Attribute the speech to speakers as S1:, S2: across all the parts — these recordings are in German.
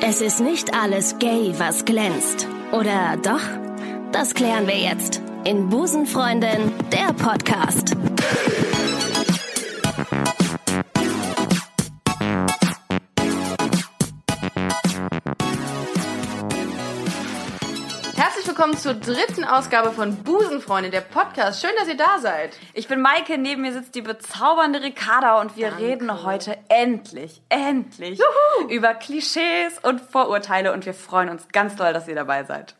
S1: Es ist nicht alles gay, was glänzt. Oder doch? Das klären wir jetzt in Busenfreundin, der Podcast.
S2: Herzlich willkommen zur dritten Ausgabe von Busenfreunde, der Podcast. Schön, dass ihr da seid.
S3: Ich bin Maike, neben mir sitzt die bezaubernde Ricarda und wir reden heute endlich, endlich über Klischees und Vorurteile und wir freuen uns ganz doll, dass ihr dabei seid.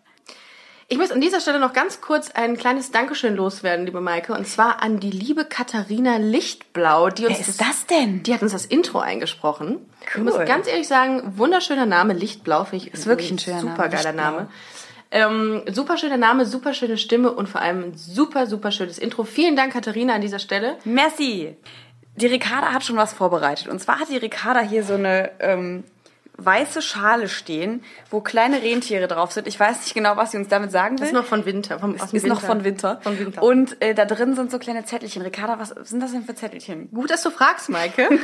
S2: Ich muss an dieser Stelle noch ganz kurz ein kleines Dankeschön loswerden, liebe Maike, und zwar an die liebe Katharina Lichtblau, die uns
S3: denn?
S2: Die hat uns das Intro eingesprochen. Ich
S3: Cool.
S2: muss ganz ehrlich sagen, wunderschöner Name, Lichtblau, finde ich. Ist
S3: wirklich ein schöner Name,
S2: Super geiler Name. Ähm, super schöner Name, super schöne Stimme und vor allem ein super, super schönes Intro. Vielen Dank, Katharina, an dieser Stelle.
S3: Messi! Die Ricarda hat schon was vorbereitet. Und zwar hat die Ricarda hier so eine ähm, weiße Schale stehen, wo kleine Rentiere drauf sind. Ich weiß nicht genau, was sie uns damit sagen will.
S2: Ist noch von Winter. Vom, aus dem
S3: ist noch von Winter.
S2: Von Winter.
S3: Und äh, da drin sind so kleine Zettelchen. Ricarda, was sind das denn für Zettelchen?
S2: Gut, dass du fragst, Maike.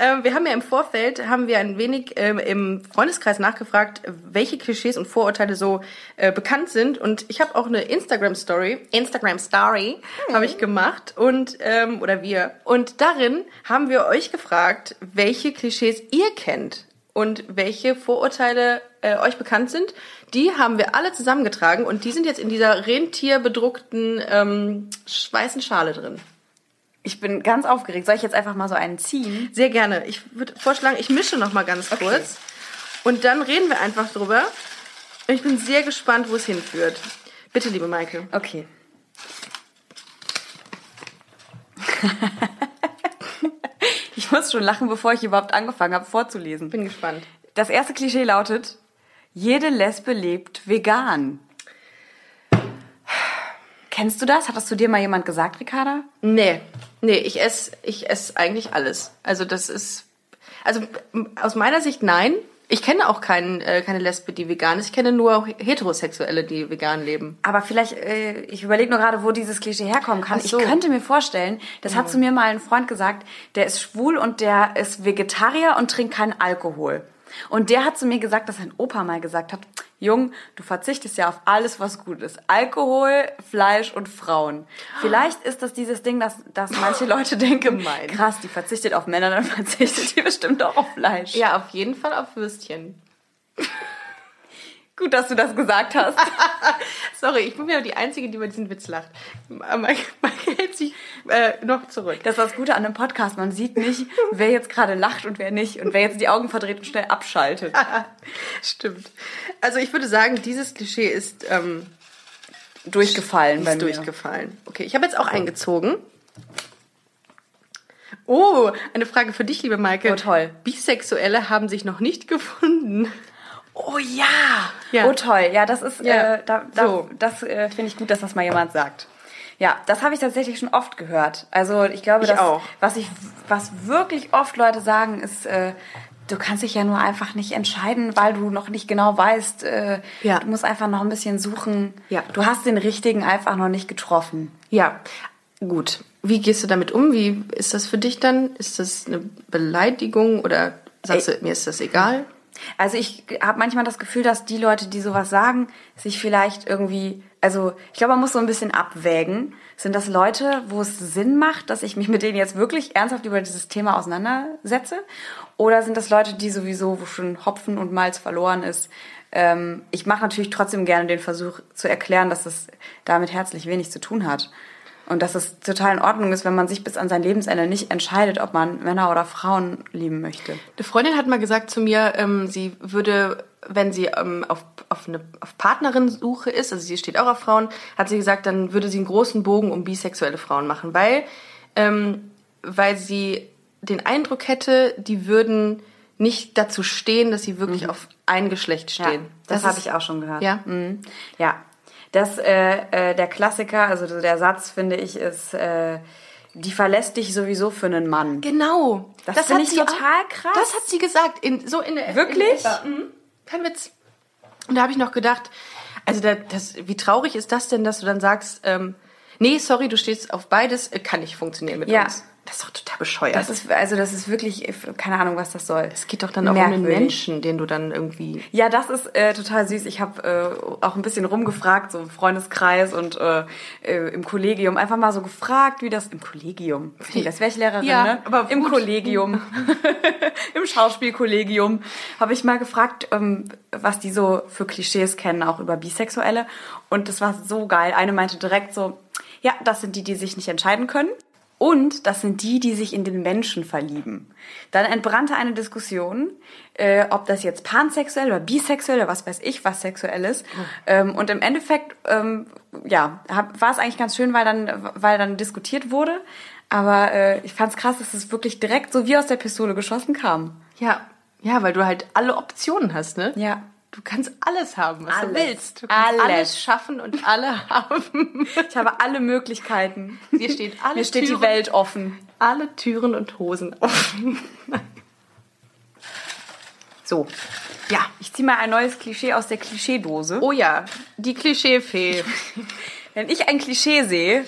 S2: ähm, wir haben ja im Vorfeld, haben wir ein wenig ähm, im Freundeskreis nachgefragt, welche Klischees und Vorurteile so äh, bekannt sind. Und ich habe auch eine Instagram-Story, Instagram-Story habe ich gemacht und ähm, oder wir. Und darin haben wir euch gefragt, welche Klischees ihr kennt und welche Vorurteile äh, euch bekannt sind. Die haben wir alle zusammengetragen und die sind jetzt in dieser rentierbedruckten ähm, sch- weißen Schale drin.
S3: Ich bin ganz aufgeregt. Soll ich jetzt einfach mal so einen ziehen?
S2: Sehr gerne. Ich würde vorschlagen, ich mische noch mal ganz kurz und dann reden wir einfach drüber. Ich bin sehr gespannt, wo es hinführt. Bitte, liebe Maike.
S3: Okay. ich muss schon lachen, bevor ich überhaupt angefangen habe vorzulesen.
S2: Bin gespannt.
S3: Das erste Klischee lautet, jede Lesbe lebt vegan. Kennst du das? Hat das zu dir mal jemand gesagt, Ricarda?
S2: Nee, nee, ich esse ich ess eigentlich alles. Also das ist, also m- aus meiner Sicht nein. Ich kenne auch keinen, äh, keine Lesbe, die vegan ist. Ich kenne nur Heterosexuelle, die vegan leben.
S3: Aber vielleicht, äh, ich überlege nur gerade, wo dieses Klischee herkommen kann.
S2: Ach so.
S3: Ich könnte mir vorstellen, das hat zu mir mal ein Freund gesagt, der ist schwul und der ist Vegetarier und trinkt keinen Alkohol. Und der hat zu mir gesagt, dass sein Opa mal gesagt hat, Jung, du verzichtest ja auf alles, was gut ist. Alkohol, Fleisch und Frauen. Vielleicht ist das dieses Ding, dass, dass manche Leute denken,
S2: Gemein.
S3: krass, die verzichtet auf Männer, dann verzichtet die bestimmt auch auf Fleisch.
S2: Ja, auf jeden Fall auf Würstchen.
S3: Gut, dass du das gesagt hast.
S2: Sorry, ich bin ja die Einzige, die über diesen Witz lacht. Ma- Maike, Maike hält sich äh, noch zurück.
S3: Das ist das Gute an einem Podcast. Man sieht nicht, wer jetzt gerade lacht und wer nicht. Und wer jetzt die Augen verdreht und schnell abschaltet.
S2: Ah, Stimmt. Also ich würde sagen, dieses Klischee ist, ähm,
S3: Durchgefallen bei
S2: ist
S3: mir.
S2: durchgefallen. Okay, ich habe jetzt auch eingezogen. Oh, eine Frage für dich, liebe Maike.
S3: Oh, toll.
S2: Bisexuelle haben sich noch nicht gefunden.
S3: oh ja.
S2: Ja.
S3: Oh toll. Ja, das ist,
S2: Ja.
S3: Äh, da, da,
S2: So.
S3: das äh, finde ich gut, dass das mal jemand sagt. Ja, das habe ich tatsächlich schon oft gehört. Also ich glaube,
S2: Ich
S3: dass,
S2: auch.
S3: was ich, was wirklich oft Leute sagen, ist, äh, du kannst dich ja nur einfach nicht entscheiden, weil du noch nicht genau weißt. Äh,
S2: Ja.
S3: Du musst einfach noch ein bisschen suchen.
S2: Ja.
S3: Du hast den richtigen einfach noch nicht getroffen.
S2: Ja, gut. Wie gehst du damit um? Wie ist das für dich dann? Ist das eine Beleidigung oder sagst du, mir ist das egal?
S3: Also ich habe manchmal das Gefühl, dass die Leute, die sowas sagen, sich vielleicht irgendwie, also ich glaube, man muss so ein bisschen abwägen. Sind das Leute, wo es Sinn macht, dass ich mich mit denen jetzt wirklich ernsthaft über dieses Thema auseinandersetze? Oder sind das Leute, die sowieso, wo schon Hopfen und Malz verloren ist? Ähm, ich mache natürlich trotzdem gerne den Versuch zu erklären, dass es damit herzlich wenig zu tun hat. Und dass es total in Ordnung ist, wenn man sich bis an sein Lebensende nicht entscheidet, ob man Männer oder Frauen lieben möchte.
S2: Eine Freundin hat mal gesagt zu mir, ähm, sie würde, wenn sie ähm, auf, auf eine auf Partnerin-Suche ist, also sie steht auch auf Frauen, hat sie gesagt, dann würde sie einen großen Bogen um bisexuelle Frauen machen, weil, ähm, weil sie den Eindruck hätte, die würden nicht dazu stehen, dass sie wirklich auf ein Geschlecht stehen.
S3: Mhm. Ja, das habe
S2: ist-
S3: ich auch schon gehört.
S2: Ja.
S3: Mhm. Ja. Das, äh, äh, der Klassiker, also der Satz, finde ich, ist, äh, die verlässt dich sowieso für einen Mann.
S2: Genau.
S3: Das finde ich total
S2: auch-
S3: krass.
S2: Das hat sie gesagt. In, so in der,
S3: Wirklich?
S2: In der, mhm. Kein Witz. Und da habe ich noch gedacht, also da, das, wie traurig ist das denn, dass du dann sagst, ähm, nee, sorry, du stehst auf beides, äh, kann nicht funktionieren mit
S3: Ja.
S2: uns. Das ist doch total bescheuert.
S3: Das ist, also das ist wirklich, keine Ahnung, was das soll.
S2: es geht doch dann auch um den
S3: Merkwürdig.
S2: Menschen, den du dann irgendwie.
S3: Ja, das ist äh, total süß. Ich habe äh, auch ein bisschen rumgefragt, so im Freundeskreis und äh, äh, im Kollegium. Einfach mal so gefragt, wie das im Kollegium. Das wäre ich Lehrerin,
S2: Ja,
S3: ne?
S2: aber
S3: Im
S2: gut.
S3: Kollegium, im Schauspielkollegium, habe ich mal gefragt, ähm, was die so für Klischees kennen, auch über Bisexuelle. Und das war so geil. Eine meinte direkt so, ja, das sind die, die sich nicht entscheiden können. Und das sind die, die sich in den Menschen verlieben. Dann entbrannte eine Diskussion, äh, ob das jetzt pansexuell oder bisexuell oder was weiß ich, was sexuell ist. Ähm, und im Endeffekt, ähm, ja, hab, war es eigentlich ganz schön, weil dann, weil dann diskutiert wurde. Aber äh, ich fand es krass, dass es wirklich direkt so wie aus der Pistole geschossen kam.
S2: Ja. Ja, weil du halt alle Optionen hast, ne?
S3: Ja.
S2: Du kannst alles haben, was du
S3: Alles.
S2: willst. Du kannst
S3: Alles.
S2: alles. schaffen und alle haben.
S3: Ich habe alle Möglichkeiten.
S2: Mir steht alle
S3: Mir steht die
S2: Türen-
S3: Welt offen.
S2: Alle Türen und Hosen offen. so. Ja.
S3: Ich ziehe mal ein neues Klischee aus der Klischeedose.
S2: Oh ja, die Klischeefee.
S3: Wenn ich ein Klischee sehe,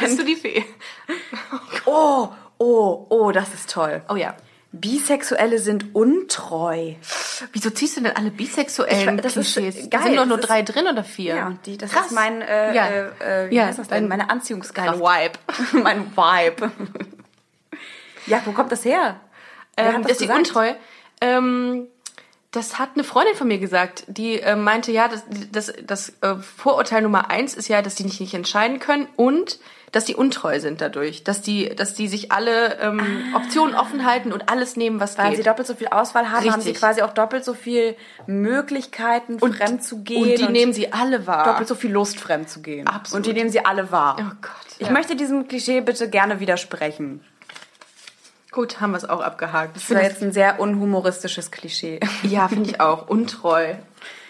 S2: Bist du die Fee?
S3: oh, oh, oh, das ist toll.
S2: Oh ja.
S3: Bisexuelle sind untreu.
S2: Wieso ziehst du denn alle bisexuellen
S3: Ich- das ist
S2: Klischees? da
S3: geil,
S2: sind doch nur
S3: das ist-
S2: drei drin oder vier.
S3: Ja, und die, das
S2: Krass.
S3: ist mein, äh,
S2: ja.
S3: äh, äh, wie
S2: ja,
S3: heißt das denn?
S2: Dein,
S3: Meine Anziehungskraft.
S2: dein Vibe.
S3: mein Vibe. ja, wo kommt das her? Wer hat
S2: Ähm, das ist die
S3: gesagt?
S2: untreu. Ähm, das hat eine Freundin von mir gesagt, die äh, meinte, ja, das, das, das äh, Vorurteil Nummer eins ist ja, dass die nicht, nicht entscheiden können und dass die untreu sind dadurch, dass die, dass die sich alle ähm, Optionen offen halten und alles nehmen, was
S3: Ah. Weil
S2: geht.
S3: sie doppelt so viel Auswahl haben, haben sie
S2: Richtig.
S3: quasi auch doppelt so viel Möglichkeiten, fremd zu gehen.
S2: und die nehmen sie alle wahr.
S3: doppelt so viel Lust, fremd zu gehen.
S2: Absolut.
S3: Und die nehmen sie alle wahr.
S2: Oh Gott.
S3: Ich
S2: ja.
S3: möchte diesem Klischee bitte gerne widersprechen.
S2: Gut, haben wir es auch abgehakt. Ich
S3: Das war
S2: finde
S3: jetzt ein sehr unhumoristisches Klischee.
S2: das- ja, finde ich auch. Untreu.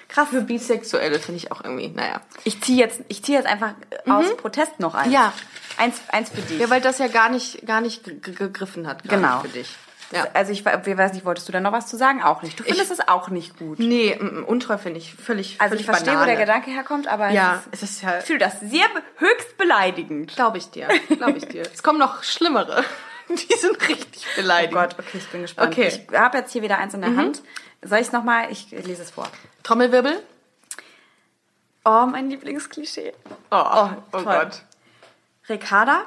S2: Krass. Für Bisexuelle finde ich auch irgendwie, naja.
S3: Ich ziehe jetzt, ich zieh jetzt einfach aus Protest noch eins.
S2: Ja.
S3: Eins, eins für dich.
S2: Ja, weil das ja gar nicht, gar nicht ge- ge- gegriffen hat. gerade
S3: Genau.
S2: Für dich. Ja.
S3: Also ich, we- weiß nicht, wolltest du da noch was zu sagen? Auch nicht. Du findest es auch nicht gut.
S2: Nee, mm, mm, untreu finde ich völlig
S3: Also
S2: völlig
S3: ich verstehe, wo
S2: Banane.
S3: der Gedanke herkommt, aber
S2: Ja,
S3: es ist,
S2: es ist ja...
S3: ich fühle das sehr be- höchst beleidigend.
S2: Glaube ich dir, glaube ich dir. Es kommen noch schlimmere. Die sind richtig beleidigt.
S3: Oh okay, ich bin
S2: Okay.
S3: Ich habe jetzt hier wieder eins in der Hand. Soll ich es nochmal? Ich lese es vor.
S2: Trommelwirbel?
S3: Oh, mein Lieblingsklischee.
S2: Oh, oh,
S3: toll. Ricarda,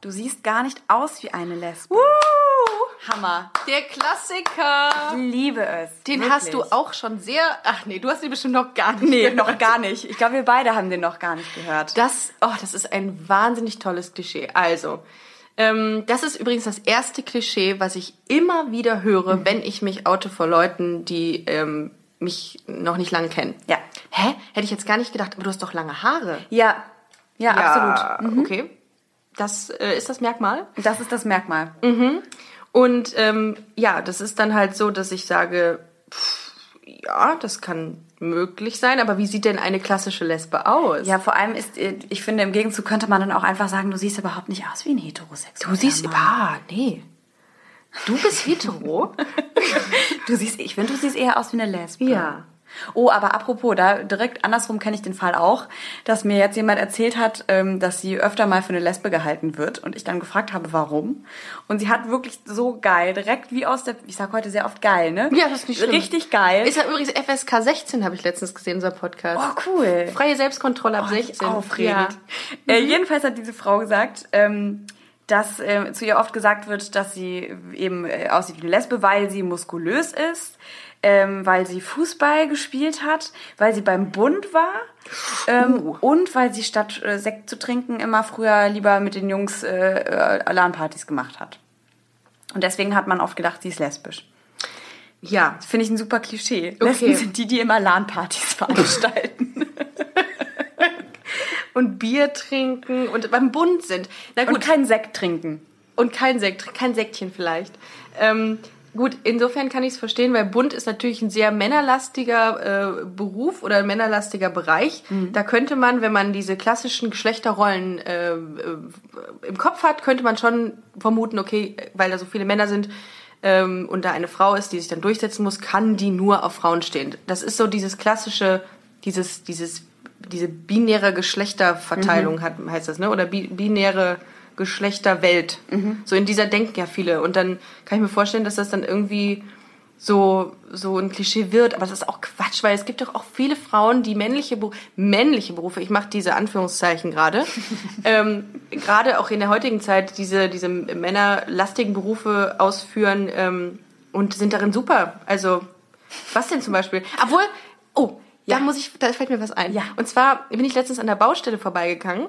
S3: du siehst gar nicht aus wie eine Lesbe. Hammer.
S2: Der Klassiker.
S3: Liebe es.
S2: Den
S3: Wirklich.
S2: hast du auch schon sehr... Ach nee, du hast ihn bestimmt noch gar nicht.
S3: Nee,
S2: gehört.
S3: noch gar nicht. Ich glaube, wir beide haben den noch gar nicht gehört.
S2: Das, oh, das ist ein wahnsinnig tolles Klischee. Also, ähm, das ist übrigens das erste Klischee, was ich immer wieder höre,
S3: Mhm.
S2: wenn ich mich oute vor Leuten, die ähm, mich noch nicht lange kennen.
S3: Ja.
S2: Hä? Hätte ich jetzt gar nicht gedacht, aber du hast doch lange Haare.
S3: Ja. Ja, absolut. Mhm.
S2: Absolut. Okay. Das äh, ist das Merkmal.
S3: Das ist das Merkmal.
S2: Und ähm, ja, das ist dann halt so, dass ich sage, pff, ja, das kann möglich sein, aber wie sieht denn eine klassische Lesbe aus?
S3: Ja, vor allem ist, äh, ich finde, im Gegenzug könnte man dann auch einfach sagen, du siehst überhaupt nicht aus wie ein Heterosexueller.
S2: Du siehst,
S3: Mann.
S2: ah, nee. Du bist hetero?
S3: Du siehst, ich finde, du siehst eher aus wie eine Lesbe.
S2: Ja.
S3: Oh, aber apropos, da direkt andersrum kenne ich den Fall auch, dass mir jetzt jemand erzählt hat, ähm, dass sie öfter mal für eine Lesbe gehalten wird und ich dann gefragt habe, warum. Und sie hat wirklich so geil, direkt wie aus der, ich sag heute sehr oft geil, ne?
S2: Ja, das ist nicht schlimm.
S3: Richtig geil.
S2: Ist ja übrigens FSK 16, habe ich letztens gesehen, unser Podcast.
S3: oh, cool.
S2: Freie Selbstkontrolle ab
S3: Oh, wie
S2: 16.
S3: Aufregend. Äh, jedenfalls hat diese Frau gesagt, ähm, dass ähm, zu ihr oft gesagt wird, dass sie eben äh, aussieht wie eine Lesbe, weil sie muskulös ist, ähm, weil sie Fußball gespielt hat, weil sie beim Bund war ähm, und weil sie statt äh, Sekt zu trinken immer früher lieber mit den Jungs äh, äh, Alarmpartys gemacht hat. Und deswegen hat man oft gedacht, sie ist lesbisch.
S2: Ja. ja.
S3: Finde ich ein super Klischee. Lesben sind die, die immer LAN-Partys veranstalten.
S2: Und Bier trinken und beim Bund sind. Na gut,
S3: und keinen Sekt trinken.
S2: Und kein Sekt, kein Sektchen vielleicht. Ähm, gut, insofern kann ich es verstehen, weil Bund ist natürlich ein sehr männerlastiger äh, Beruf oder ein männerlastiger Bereich. Da könnte man, wenn man diese klassischen Geschlechterrollen äh, äh, im Kopf hat, könnte man schon vermuten, okay, weil da so viele Männer sind ähm, und da eine Frau ist, die sich dann durchsetzen muss, kann die nur auf Frauen stehen. Das ist so dieses klassische, dieses, dieses, diese binäre Geschlechterverteilung hat, heißt das, ne? Oder bi binäre Geschlechterwelt. So in dieser denken ja viele. Und dann kann ich mir vorstellen, dass das dann irgendwie so, so ein Klischee wird. Aber das ist auch Quatsch, weil es gibt doch auch viele Frauen, die männliche, Beru- männliche Berufe, ich mache diese Anführungszeichen gerade, ähm, gerade auch in der heutigen Zeit diese, diese männerlastigen Berufe ausführen ähm, und sind darin super. Also, was denn zum Beispiel? Obwohl, oh,
S3: Ja.
S2: da muss ich, da fällt mir was ein.
S3: Ja.
S2: Und zwar bin ich letztens an der Baustelle vorbeigegangen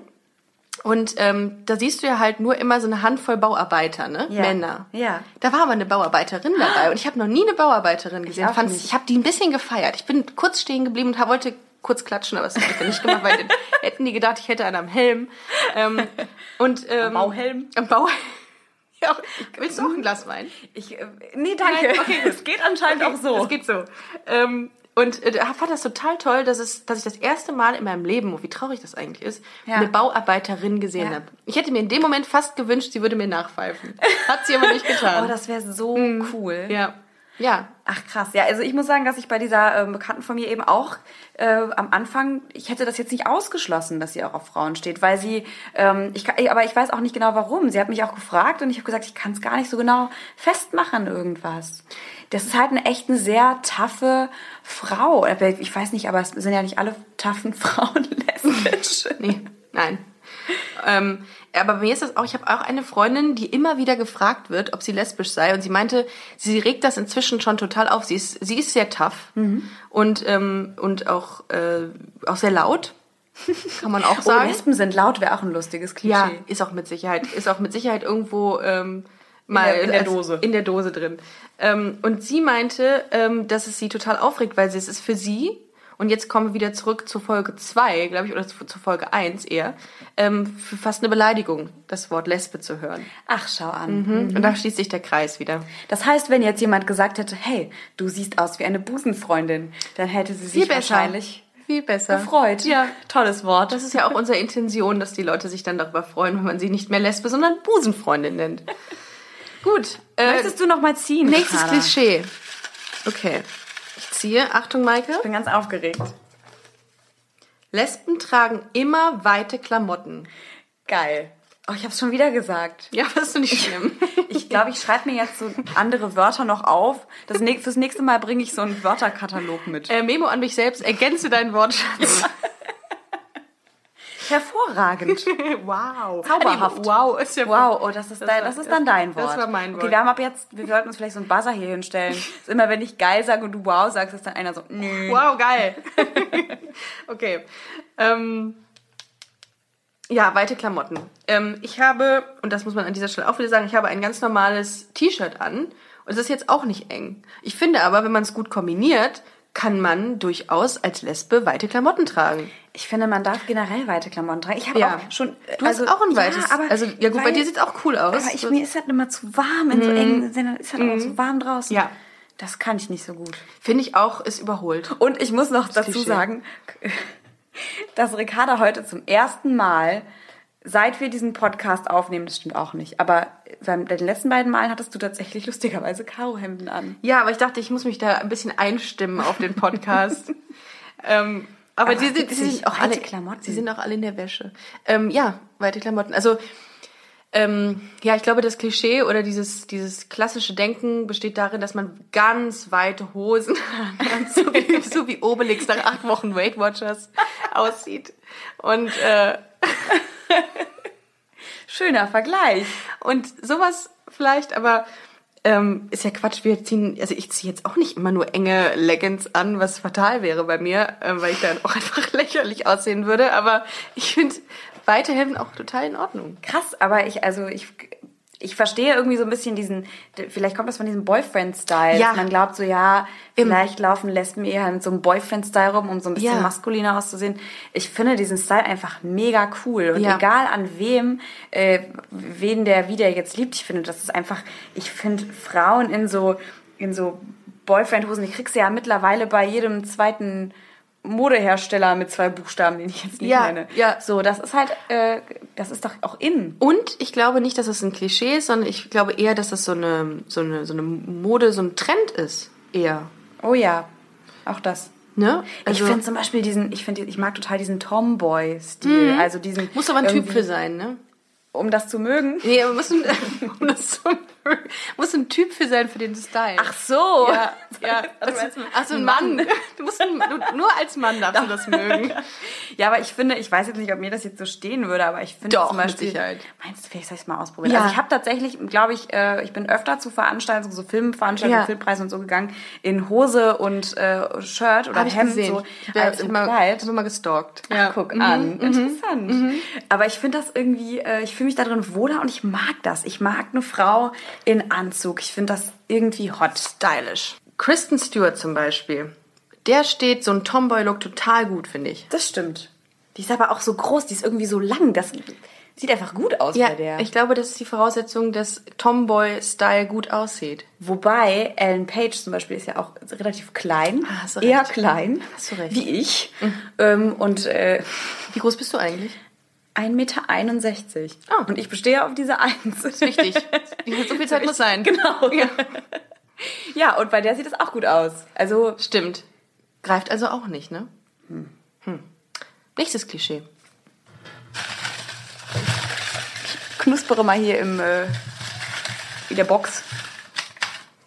S2: und ähm, da siehst du ja halt nur immer so eine Handvoll Bauarbeiter, ne?
S3: Ja.
S2: Männer.
S3: Ja.
S2: Da war aber eine Bauarbeiterin dabei und ich habe noch nie eine Bauarbeiterin gesehen.
S3: auch
S2: Fand's,
S3: nicht.
S2: ich habe die ein bisschen gefeiert. Ich bin kurz stehen geblieben und hab- wollte kurz klatschen, aber das habe ich dann nicht gemacht, weil dann hätten die gedacht, ich hätte einen am Helm. Ähm, und, ähm, am
S3: Bauhelm?
S2: Am Bau. Ja, willst du auch ein Glas Wein?
S3: Ich, äh, nee, danke.
S2: Nein, okay,
S3: Es geht anscheinend auch so.
S2: Das geht so. Ähm, und äh, da fand das total toll, dass, es, dass ich das erste Mal in meinem Leben, und wie traurig das eigentlich ist,
S3: Ja.
S2: eine Bauarbeiterin gesehen
S3: Ja.
S2: habe. Ich hätte mir in dem Moment fast gewünscht, sie würde mir nachpfeifen. Hat sie aber nicht getan.
S3: Oh, das wäre so cool.
S2: ja. Ja.
S3: Ach krass, ja, also ich muss sagen, dass ich bei dieser ähm, Bekannten von mir eben auch äh, am Anfang, ich hätte das jetzt nicht ausgeschlossen, dass sie auch auf Frauen steht, weil sie, ähm, ich, kann- aber ich weiß auch nicht genau warum. Sie hat mich auch gefragt und ich habe gesagt, ich kann es gar nicht so genau festmachen irgendwas. Das ist halt eine echt eine sehr taffe Frau. Aber Ich weiß nicht, aber es sind ja nicht alle taffen Frauen lesbisch.
S2: Nee, nein. Ähm, aber bei mir ist das auch, ich habe auch eine Freundin, die immer wieder gefragt wird, ob sie lesbisch sei. Und sie meinte, sie regt das inzwischen schon total auf. Sie ist, sie ist sehr tough
S3: Mhm.
S2: und, ähm, und auch, äh, auch sehr laut, kann man auch
S3: Oh,
S2: sagen.
S3: Lesben sind laut, wäre auch ein lustiges Klischee.
S2: ja, ist auch mit Sicherheit, ist auch mit Sicherheit irgendwo ähm, mal
S3: der- in der
S2: als-
S3: Dose.
S2: in der Dose drin. Ähm, und sie meinte, ähm, dass es sie total aufregt, weil sie, es ist für sie, und jetzt kommen wir wieder zurück zur Folge 2, glaube ich, oder zu, zur Folge 1 eher, ähm, für fast eine Beleidigung, das Wort Lesbe zu hören.
S3: Ach, schau an.
S2: Und da schließt sich der Kreis wieder.
S3: Das heißt, wenn jetzt jemand gesagt hätte, hey, du siehst aus wie eine Busenfreundin, dann hätte sie sich
S2: Viel besser.
S3: wahrscheinlich
S2: Viel besser.
S3: gefreut.
S2: Ja.
S3: Tolles Wort.
S2: Das ist ja auch unsere Intention, dass die Leute sich dann darüber freuen, wenn man sie nicht mehr Lesbe, sondern Busenfreundin nennt. Gut. äh,
S3: Möchtest du noch mal ziehen?
S2: Nächstes
S3: Carla?
S2: Klischee. Okay. Ich ziehe. Achtung, Maike.
S3: Ich bin ganz aufgeregt.
S2: Lesben tragen immer weite Klamotten.
S3: Geil. Oh, ich hab's schon wieder gesagt.
S2: Ja, das ist doch nicht schlimm.
S3: Ich glaube, ich schreibe mir jetzt so andere Wörter noch auf. Das näch- fürs nächste Mal bringe ich so einen Wörterkatalog mit.
S2: äh, Memo an mich selbst. Ergänze deinen Wortschatz.
S3: Hervorragend.
S2: wow.
S3: Zauberhaft.
S2: Wow, ist ja
S3: Wow, oh, das ist,
S2: Das
S3: dein,
S2: war-
S3: das ist dann dein
S2: das
S3: Wort.
S2: war mein Wort.
S3: Okay, wir haben ab jetzt, wir sollten uns vielleicht so einen Buzzer hier hinstellen. Ist immer, wenn ich geil sage und du wow sagst, ist dann einer so, nö.
S2: Wow, geil. okay. Ähm, ja, weite Klamotten. Ähm, ich habe, und das muss man an dieser Stelle auch wieder sagen, ich habe ein ganz normales T-Shirt an. Und es ist jetzt auch nicht eng. Ich finde aber, wenn man es gut kombiniert, kann man durchaus als Lesbe weite Klamotten tragen.
S3: Ich finde, man darf generell weite Klamotten tragen. Ich habe
S2: Ja.
S3: auch schon.
S2: Du hast auch ein weites- also, ja gut, bei dir sieht's auch cool aus.
S3: Aber ich, mir ist halt immer zu warm in so engen Sendern. Ist halt immer zu warm draußen.
S2: Mhm. Ja.
S3: Das kann ich nicht so gut.
S2: Finde ich auch, ist überholt.
S3: Und ich muss noch dazu
S2: Klischee.
S3: sagen, dass Ricarda heute zum ersten Mal, seit wir diesen Podcast aufnehmen, das stimmt auch nicht, aber beim- bei den letzten beiden Malen hattest du tatsächlich lustigerweise Karohemden an.
S2: Ja, aber ich dachte, ich muss mich da ein bisschen einstimmen auf den Podcast. ähm, aber
S3: Aber
S2: die, sind, die
S3: witzig,
S2: sind auch
S3: weite
S2: alle
S3: Klamotten.
S2: Sie sind auch alle in der Wäsche. Ähm, ja, weite Klamotten. Also ähm, ja, ich glaube, das Klischee oder dieses dieses klassische Denken besteht darin, dass man ganz weite Hosen hat, so, wie, so wie Obelix nach acht Wochen Weight Watchers aussieht. Und äh,
S3: Schöner Vergleich.
S2: Und sowas vielleicht, aber ähm, ist ja Quatsch. Wir ziehen, also ich ziehe jetzt auch nicht immer nur enge Leggings an, was fatal wäre bei mir, äh, weil ich dann auch einfach lächerlich aussehen würde. Aber ich finde weite Hemden auch total in Ordnung.
S3: Krass, aber ich, also ich, ich verstehe irgendwie so ein bisschen diesen, vielleicht kommt das von diesem Boyfriend-Style.
S2: Ja.
S3: dass Man glaubt so, ja, vielleicht laufen Lesben eher mit so einem Boyfriend-Style rum, um so ein bisschen
S2: Ja.
S3: maskuliner auszusehen. Ich finde diesen Style einfach mega cool. Und
S2: Ja.
S3: egal an wem, äh, wen der, wie der jetzt liebt, ich finde, das ist einfach, ich finde Frauen in so, in so Boyfriend-Hosen, die kriegst du ja mittlerweile bei jedem zweiten Modehersteller mit zwei Buchstaben, den ich jetzt nicht
S2: Ja,
S3: nenne.
S2: ja.
S3: So, das ist halt, äh, das ist doch auch in.
S2: Und ich glaube nicht, dass das ein Klischee ist, sondern ich glaube eher, dass das so eine, so eine, so eine Mode, so ein Trend ist. Eher.
S3: Oh ja, auch das.
S2: Ne?
S3: ich finde zum Beispiel diesen, ich finde, ich mag total diesen Tomboy-Stil, also diesen.
S2: Mhm. muss aber ein Typ
S3: irgendwie-
S2: für sein, ne?
S3: um das zu mögen.
S2: Nee, aber muss ein, um das zu mögen, muss ein Typ für sein, für den Style.
S3: Ach so.
S2: ja. ja.
S3: Was
S2: Das,
S3: meinst du?
S2: ach so, ein Mann. Du musst ein, du, nur als Mann darfst du das mögen.
S3: Ja, aber ich finde, ich weiß jetzt nicht, ob mir das jetzt so stehen würde, aber ich finde
S2: Doch,
S3: zum Beispiel.
S2: mit Sicherheit.
S3: Meinst du, vielleicht soll ich es mal ausprobieren?
S2: Ja.
S3: Also ich habe tatsächlich, glaube ich, äh, ich bin öfter zu Veranstaltungen, so Filmveranstaltungen,
S2: Ja.
S3: Filmpreisen und so gegangen, in Hose und äh, Shirt oder
S2: Hab ich
S3: Hemd
S2: gesehen.
S3: so
S2: Ich
S3: als
S2: hab
S3: im
S2: mal,
S3: Kleid.
S2: hab mal gestalkt.
S3: Ja. Guck
S2: Mhm.
S3: an. Interessant. Aber ich finde das irgendwie, äh, ich fühle mich da drin wohler und ich mag das. Ich mag eine Frau in Anzug. Ich finde das irgendwie hot, stylisch.
S2: Kristen Stewart zum Beispiel. Der steht so ein Tomboy-Look total gut, finde ich.
S3: Das stimmt. Die ist aber auch so groß, die ist irgendwie so lang. Das sieht einfach gut aus bei der.
S2: ich glaube, das ist die Voraussetzung, dass Tomboy-Style gut aussieht.
S3: Wobei Ellen Page zum Beispiel ist ja auch relativ klein,
S2: Ah, hast du
S3: eher
S2: recht.
S3: klein,
S2: Hast du recht. Mhm.
S3: wie ich. Ähm, und äh,
S2: Wie groß bist du eigentlich?
S3: 1,61 Meter.
S2: Ah.
S3: Und ich bestehe auf diese Eins. Ist
S2: Wichtig. so viel Zeit muss sein.
S3: Genau. Ja. ja, und bei der sieht das auch gut aus. Also,
S2: Stimmt. Greift also auch nicht, ne? Hm. Nächstes Klischee.
S3: ich knuspere mal hier im, äh, in der Box.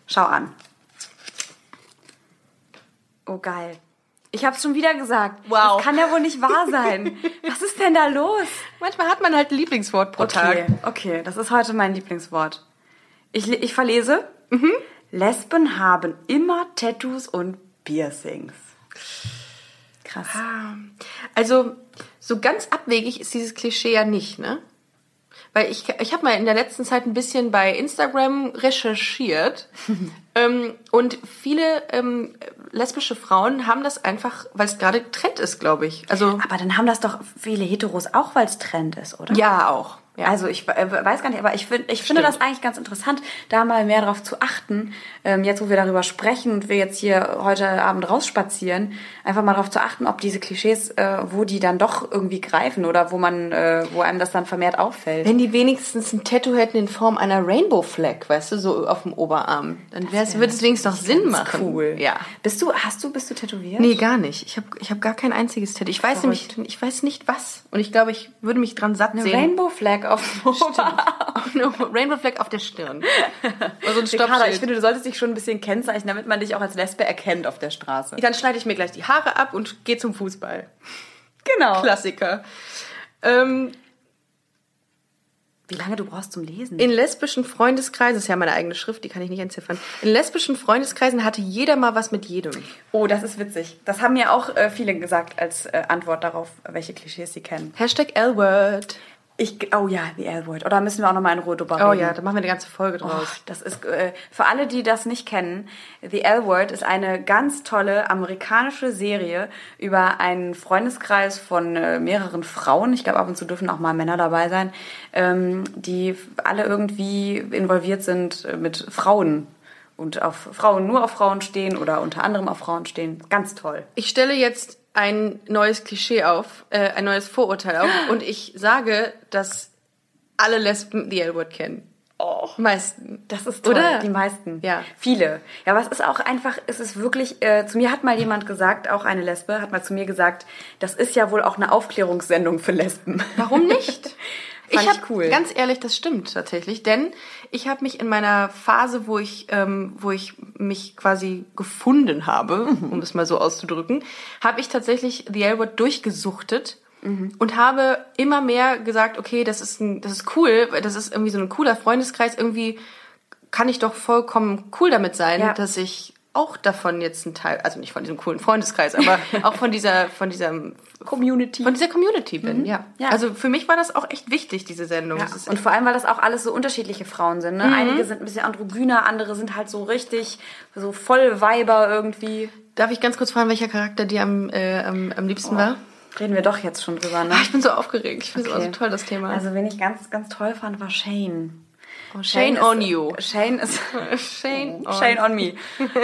S3: Schau an. Oh, geil. Ich hab's schon wieder gesagt.
S2: Wow.
S3: Das kann ja wohl nicht wahr sein. Was ist denn da los?
S2: Manchmal hat man halt ein Lieblingswort pro
S3: Okay, okay, das ist heute mein Lieblingswort. Ich, le- ich verlese.
S2: Mhm.
S3: Lesben haben immer Tattoos und Piercings. Krass.
S2: Ah. Also, so ganz abwegig ist dieses Klischee ja nicht, ne? Weil ich, ich habe mal in der letzten Zeit ein bisschen bei Instagram recherchiert ähm, und viele ähm, lesbische Frauen haben das einfach, weil es gerade Trend ist, glaube ich. Also
S3: Aber dann haben das doch viele Heteros auch, weil es Trend ist, oder?
S2: ja auch. Ja.
S3: Also ich äh, weiß gar nicht, aber ich, find, ich finde
S2: Stimmt.
S3: das eigentlich ganz interessant, da mal mehr darauf zu achten. Ähm, jetzt, wo wir darüber sprechen und wir jetzt hier heute Abend rausspazieren, einfach mal darauf zu achten, ob diese Klischees, äh, wo die dann doch irgendwie greifen oder wo man, äh, wo einem das dann vermehrt auffällt.
S2: Wenn die wenigstens ein Tattoo hätten in Form einer Rainbow Flag, weißt du, so auf dem Oberarm, dann wär's, würde es wenigstens noch Sinn machen.
S3: Cool.
S2: Ja.
S3: Bist du, hast du, bist du tätowiert?
S2: Nee, gar nicht. Ich habe ich hab gar kein einziges Tattoo. Ich weiß
S3: Verrückt.
S2: nämlich, ich weiß nicht was. Und ich glaube, ich würde mich dran satt
S3: Eine
S2: sehen.
S3: Rainbow Flag auf dem Oberarm.
S2: No, Rainbow Flag auf der Stirn. Also ein
S3: Ricarda, ich
S2: Stoppschild.
S3: finde, du solltest dich schon ein bisschen kennzeichnen, damit man dich auch als Lesbe erkennt auf der Straße.
S2: Dann schneide ich mir gleich die Haare ab und gehe zum Fußball.
S3: Genau.
S2: Klassiker. Ähm,
S3: Wie lange du brauchst zum Lesen?
S2: in lesbischen Freundeskreisen, das ist ja meine eigene Schrift, die kann ich nicht entziffern. In lesbischen Freundeskreisen hatte jeder mal was mit jedem.
S3: Oh, das ist witzig. Das haben mir auch äh, viele gesagt als äh, Antwort darauf, welche Klischees sie kennen.
S2: Hashtag L-Word.
S3: Ich, oh ja, die L-Word. Oder müssen wir auch nochmal in Ruhe drüber
S2: Oh
S3: reden?
S2: ja, da machen wir eine ganze Folge draus.
S3: Och, das ist äh, für alle, die das nicht kennen. The L Word ist eine ganz tolle amerikanische Serie über einen Freundeskreis von äh, mehreren Frauen. Ich glaube, ab und zu dürfen auch mal Männer dabei sein, ähm, die f- alle irgendwie involviert sind äh, mit Frauen und auf Frauen nur auf Frauen stehen oder unter anderem auf Frauen stehen. Ganz toll.
S2: Ich stelle jetzt ein neues Klischee auf, äh, ein neues Vorurteil auf und ich sage, dass alle Lesben die L-Word kennen.
S3: Oh.
S2: Meisten.
S3: Das ist toll.
S2: Oder?
S3: Die meisten.
S2: Ja.
S3: Viele. Ja, aber es ist auch einfach, es ist wirklich, äh, zu mir hat mal jemand gesagt, auch eine Lesbe, hat mal zu mir gesagt, das ist ja wohl auch eine Aufklärungssendung für Lesben.
S2: Warum nicht?
S3: Fand
S2: ich
S3: ich
S2: habe
S3: cool.
S2: ganz ehrlich, das stimmt tatsächlich, denn ich habe mich in meiner Phase, wo ich, ähm, wo ich mich quasi gefunden habe,
S3: Mhm.
S2: um es mal so auszudrücken, habe ich tatsächlich The L-Word durchgesuchtet
S3: Mhm.
S2: und habe immer mehr gesagt, okay, das ist ein, das ist cool, weil das ist irgendwie so ein cooler Freundeskreis, irgendwie kann ich doch vollkommen cool damit sein,
S3: Ja.
S2: dass ich auch davon jetzt ein Teil, also nicht von diesem coolen Freundeskreis, aber auch von dieser, von diesem
S3: Community.
S2: von dieser Community bin, ja.
S3: Ja.
S2: Also für mich war das auch echt wichtig, diese Sendung.
S3: ja.
S2: Das ist Mhm.
S3: Und vor allem, weil das auch alles so unterschiedliche Frauen sind. Ne? Einige sind ein bisschen androgyner, andere sind halt so richtig, so voll Weiber irgendwie.
S2: Darf ich ganz kurz fragen, welcher Charakter dir am, äh, am, am liebsten war?
S3: Reden wir doch jetzt schon drüber, ne?
S2: Ah, ich bin so aufgeregt. Ich finde es auch so toll, das Thema.
S3: Also, wen ich ganz, ganz toll fand, war Shane.
S2: oh, Shane on
S3: ist,
S2: you. Oh.
S3: Shane ist
S2: Shane on.
S3: Shane Oh, on me.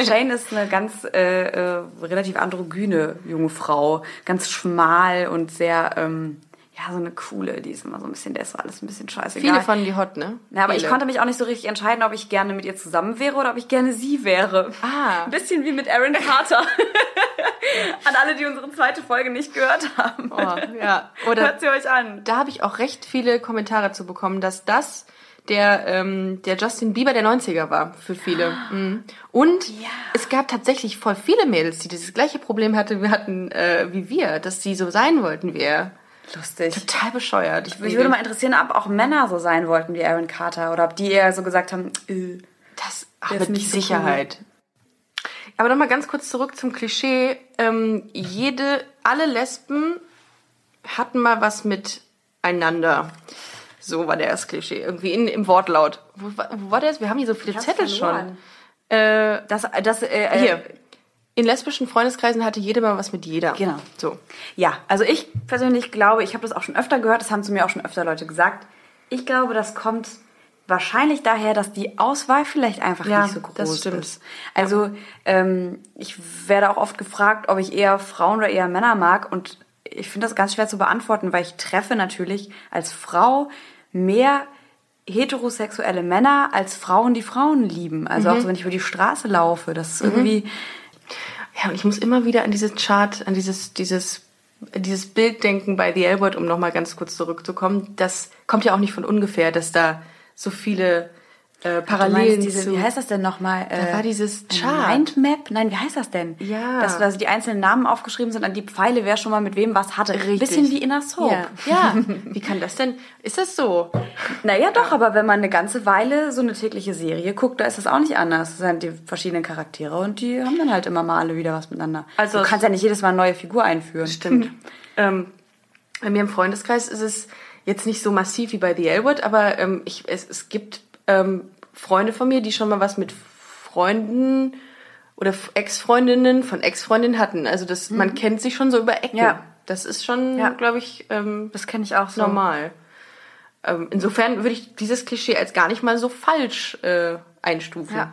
S3: Shane ist eine ganz äh, äh, relativ androgyne junge Frau, ganz schmal und sehr ähm, ja so eine coole. Die ist immer so ein bisschen, der ist so alles ein bisschen scheißegal.
S2: Viele fanden die hot, ne?
S3: Na, aber
S2: Viele.
S3: ich konnte mich auch nicht so richtig entscheiden, ob ich gerne mit ihr zusammen wäre oder ob ich gerne sie wäre.
S2: Ah.
S3: Ein bisschen wie mit Aaron Carter. An alle, die unsere zweite Folge nicht gehört haben.
S2: Oh, ja.
S3: Hört
S2: Oder
S3: sie euch an.
S2: da habe ich auch recht viele Kommentare zu bekommen, dass das der, ähm, der Justin Bieber der 90er war für viele. Mhm. Und es gab tatsächlich voll viele Mädels, die dieses gleiche Problem hatte, hatten äh, wie wir, dass sie so sein wollten wie er.
S3: Lustig.
S2: Total bescheuert.
S3: Mich würde mal interessieren, ob auch Männer so sein wollten wie Aaron Carter oder ob die eher so gesagt haben, äh,
S2: Das
S3: Der
S2: aber
S3: ist
S2: die
S3: nicht so cool.
S2: Sicherheit. Aber nochmal ganz kurz zurück zum Klischee. Ähm, jede, alle Lesben hatten mal was miteinander. So war der das Klischee. Irgendwie in, im Wortlaut. Wo, war- wo war das? Wir haben hier so viele
S3: hab's
S2: Zettel
S3: verloren.
S2: schon. Äh,
S3: das, das, äh,
S2: hier.
S3: äh,
S2: In lesbischen Freundeskreisen hatte jede mal was mit jeder.
S3: Genau.
S2: So.
S3: Ja, also ich persönlich glaube, ich habe das auch schon öfter gehört, das haben zu mir auch schon öfter Leute gesagt. Ich glaube, das kommt wahrscheinlich daher, dass die Auswahl vielleicht einfach
S2: Ja,
S3: nicht so groß
S2: das stimmt.
S3: ist. Also ähm, ich werde auch oft gefragt, ob ich eher Frauen oder eher Männer mag und ich finde das ganz schwer zu beantworten, weil ich treffe natürlich als Frau mehr heterosexuelle Männer als Frauen, die Frauen lieben. Also
S2: Mhm.
S3: auch so, wenn ich über die Straße laufe, das ist irgendwie
S2: Ja, und ich muss immer wieder an dieses Chart, an dieses, dieses, dieses Bild denken bei The Elbert, um nochmal ganz kurz zurückzukommen. Das kommt ja auch nicht von ungefähr, dass da so viele äh,
S3: Du
S2: Parallelen
S3: meinst diese,
S2: zu... äh,
S3: wie heißt das denn nochmal? äh, Da
S2: war dieses Chart.
S3: Mindmap? Nein, wie heißt das denn?
S2: Ja.
S3: Dass also die einzelnen Namen aufgeschrieben sind, an die Pfeile, wer schon mal mit wem was hatte.
S2: Richtig.
S3: Bisschen wie Inner Soap.
S2: ja. Oh, ja, wie kann das denn? Ist das so?
S3: Naja, doch, aber wenn man eine ganze Weile so eine tägliche Serie guckt, da ist das auch nicht anders. Das sind die verschiedenen Charaktere und die haben dann halt immer mal alle wieder was miteinander.
S2: Also
S3: du
S2: es-
S3: kannst ja nicht jedes Mal eine neue Figur einführen.
S2: Stimmt. ähm, bei mir im Freundeskreis ist es jetzt nicht so massiv wie bei The L-Word, aber ähm, ich, es, es gibt ähm, Freunde von mir, die schon mal was mit Freunden oder F- Ex-Freundinnen von Ex-Freundinnen hatten. Also das, man kennt sich schon so über Ecken.
S3: Mhm. Ja.
S2: Das ist schon,
S3: Ja.
S2: glaube ich, ähm,
S3: Das kenne ich auch so.
S2: normal. Ähm, insofern würde ich dieses Klischee als gar nicht mal so falsch äh, einstufen.
S3: Ja.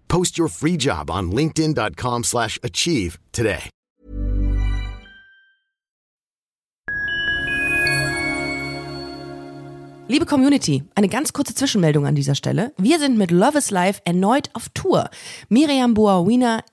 S4: Post your free job on linkedin.com/achieve slash achieve today.
S5: Liebe Community, eine ganz kurze Zwischenmeldung an dieser Stelle. Wir sind mit Love is Life erneut auf Tour. Miriam Boawina,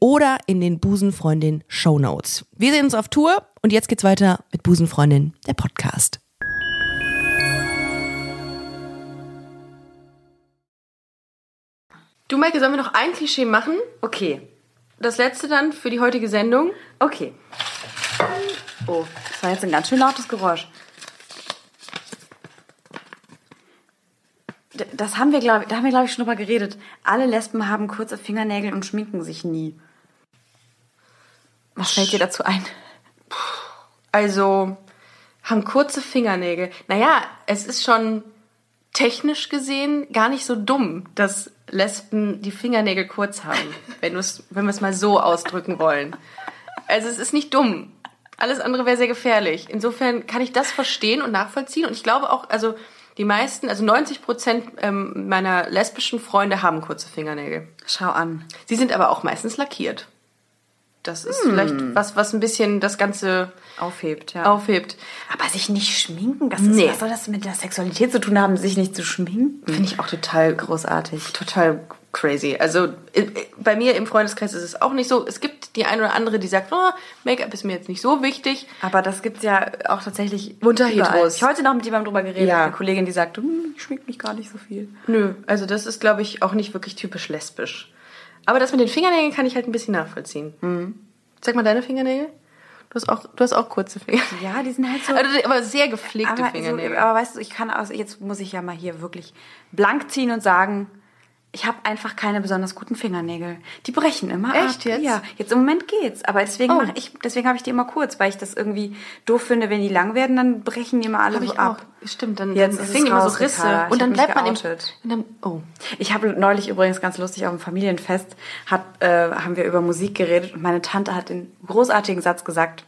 S5: oder in den Busenfreundin Shownotes. Wir sehen uns auf Tour und jetzt geht's weiter mit Busenfreundin, der Podcast.
S2: Du, Maike, sollen wir noch ein Klischee machen?
S3: Okay,
S2: Das letzte dann für die heutige Sendung.
S3: okay. Oh, das war jetzt ein ganz schön lautes Geräusch. D- Das haben wir, glaube da haben wir, glaube ich, schon drüber geredet. Alle Lesben haben kurze Fingernägel und schminken sich nie. Was fällt dir dazu ein?
S2: Also haben kurze Fingernägel. Naja, es ist schon technisch gesehen gar nicht so dumm, dass Lesben die Fingernägel kurz haben, wenn, du's- wenn wir es mal so ausdrücken wollen. Also es ist nicht dumm. Alles andere wäre sehr gefährlich. Insofern kann ich das verstehen und nachvollziehen. Und ich glaube auch, also die meisten, also 90 Prozent ähm, meiner lesbischen Freunde haben kurze Fingernägel.
S3: Schau an.
S2: Sie sind aber auch meistens lackiert. Das ist vielleicht was, was ein bisschen das Ganze
S3: Hm. Aufhebt, ja.
S2: aufhebt.
S3: Aber sich nicht schminken, das ist,
S2: Nee.
S3: was soll das mit der Sexualität zu tun haben, sich nicht zu schminken?
S2: Finde ich auch total
S3: Großartig.
S2: Total crazy. Also äh, bei mir im Freundeskreis ist es auch nicht so. Es gibt die eine oder andere, die sagt, oh, Make-up ist mir jetzt nicht so wichtig.
S3: Aber das gibt's ja auch tatsächlich
S2: Unter Heteros.
S3: überall. Ich habe heute noch mit jemandem drüber geredet,
S2: Ja.
S3: eine Kollegin, die sagte, hm, ich schmink mich gar nicht so viel.
S2: Nö, also das ist, glaube ich, auch nicht wirklich typisch Mhm. lesbisch. Aber das mit den Fingernägeln kann ich halt ein bisschen nachvollziehen. Sag mal deine Fingernägel. Du hast auch, du hast auch kurze Finger.
S3: Ja, die sind halt so.
S2: Also, aber sehr gepflegte
S3: aber, Ah, so,
S2: Fingernägel.
S3: aber weißt du, ich kann aus, jetzt muss ich ja mal hier wirklich blank ziehen und sagen, ich habe einfach keine besonders guten Fingernägel. Die brechen immer ab.
S2: Echt jetzt?
S3: Ja, jetzt im Moment geht's, aber deswegen
S2: Oh.
S3: mach ich deswegen habe ich die immer kurz, weil ich das irgendwie doof finde, wenn die lang werden, dann brechen die immer alle
S2: Hab
S3: so
S2: ich
S3: ab.
S2: auch. Stimmt, dann,
S3: Jetzt
S2: dann
S3: ist
S2: das Ding
S3: es
S2: immer so
S3: raus,
S2: Risse.
S3: Ricarda. Ich
S2: Und dann
S3: hab mich
S2: bleibt man im,
S3: geoutet.
S2: in einem, oh.
S3: Ich habe neulich übrigens ganz lustig auf dem Familienfest hat, äh, haben wir über Musik geredet und meine Tante hat den großartigen Satz gesagt.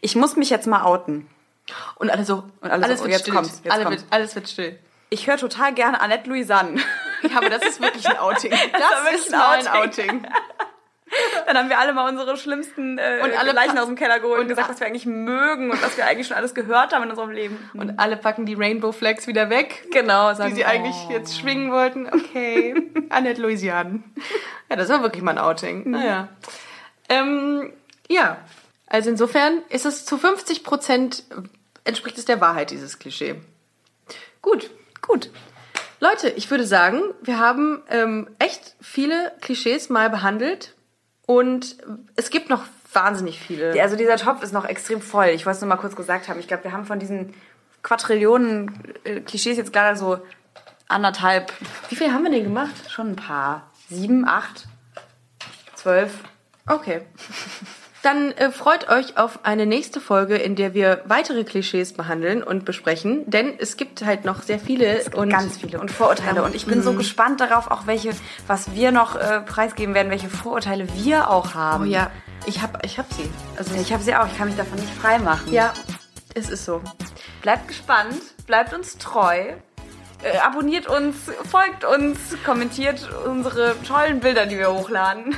S3: Ich muss mich jetzt mal outen.
S2: Und alle so,
S3: Und alle so, oh, jetzt
S2: still.
S3: kommt's, jetzt
S2: alle
S3: kommt's.
S2: Wird, alles wird still.
S3: Ich höre total gerne Annette Louisanne.
S2: Ja, aber das ist wirklich ein Outing. Das,
S3: war wirklich
S2: ist
S3: ein
S2: mal ein
S3: Outing.
S2: Outing.
S3: Dann haben wir alle mal unsere schlimmsten äh,
S2: Und alle
S3: Leichen
S2: pa-
S3: aus dem Keller geholt und
S2: und-
S3: gesagt, was wir eigentlich mögen und was wir eigentlich schon alles gehört haben in unserem Leben. Und
S2: Und alle packen die Rainbow Flags wieder weg,
S3: genau,
S2: die sie eigentlich jetzt schwingen wollten. Okay, Annette Louisiane. Ja, das war wirklich mal ein
S3: Mhm.
S2: Outing. Naja. Ähm, ja, also insofern ist es zu 50 Prozent äh, entspricht es der Wahrheit, dieses Klischee. Gut, gut. Leute, ich würde sagen, wir haben ähm, echt viele Klischees mal behandelt und es gibt noch wahnsinnig viele.
S3: Also dieser Topf ist noch extrem voll. Ich wollte es nur mal kurz gesagt haben. Ich glaube, wir haben von diesen Quadrillionen äh, Klischees jetzt gerade so anderthalb,
S2: Wie viel haben wir denn gemacht?
S3: schon ein paar. Sieben, acht, zwölf.
S2: Okay. Dann äh, freut euch auf eine nächste Folge, in der wir weitere Klischees behandeln und besprechen, denn es gibt halt noch sehr viele Mhm. und
S3: ganz viele und Vorurteile. Und ich bin so gespannt darauf, auch welche, was wir noch äh, preisgeben werden, welche Vorurteile wir auch haben.
S2: Oh ja, ich hab, ich hab sie. Also
S3: Ich habe sie auch, ich kann mich davon nicht frei machen.
S2: ja, es ist so.
S3: Bleibt gespannt, bleibt uns treu, äh, abonniert uns, folgt uns, kommentiert unsere tollen Bilder, die wir hochladen.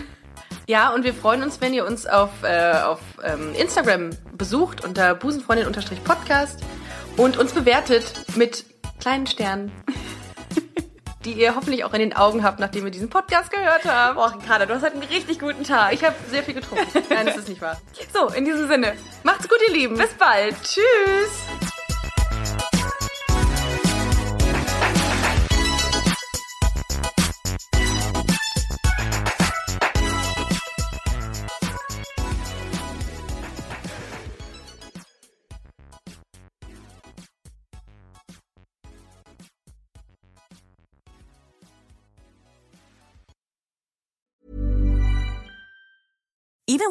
S2: Ja, und wir freuen uns, wenn ihr uns auf, äh, auf ähm, Instagram besucht unter busenfreundin-podcast und uns bewertet mit kleinen Sternen, die ihr hoffentlich auch in den Augen habt, nachdem ihr diesen Podcast gehört habt.
S3: Boah, Ricarda, du hast halt einen richtig guten Tag.
S2: Ich habe sehr viel getrunken. Nein, das ist nicht wahr.
S3: So, in diesem Sinne,
S2: Macht's gut, ihr Lieben.
S3: bis bald. Tschüss.
S6: even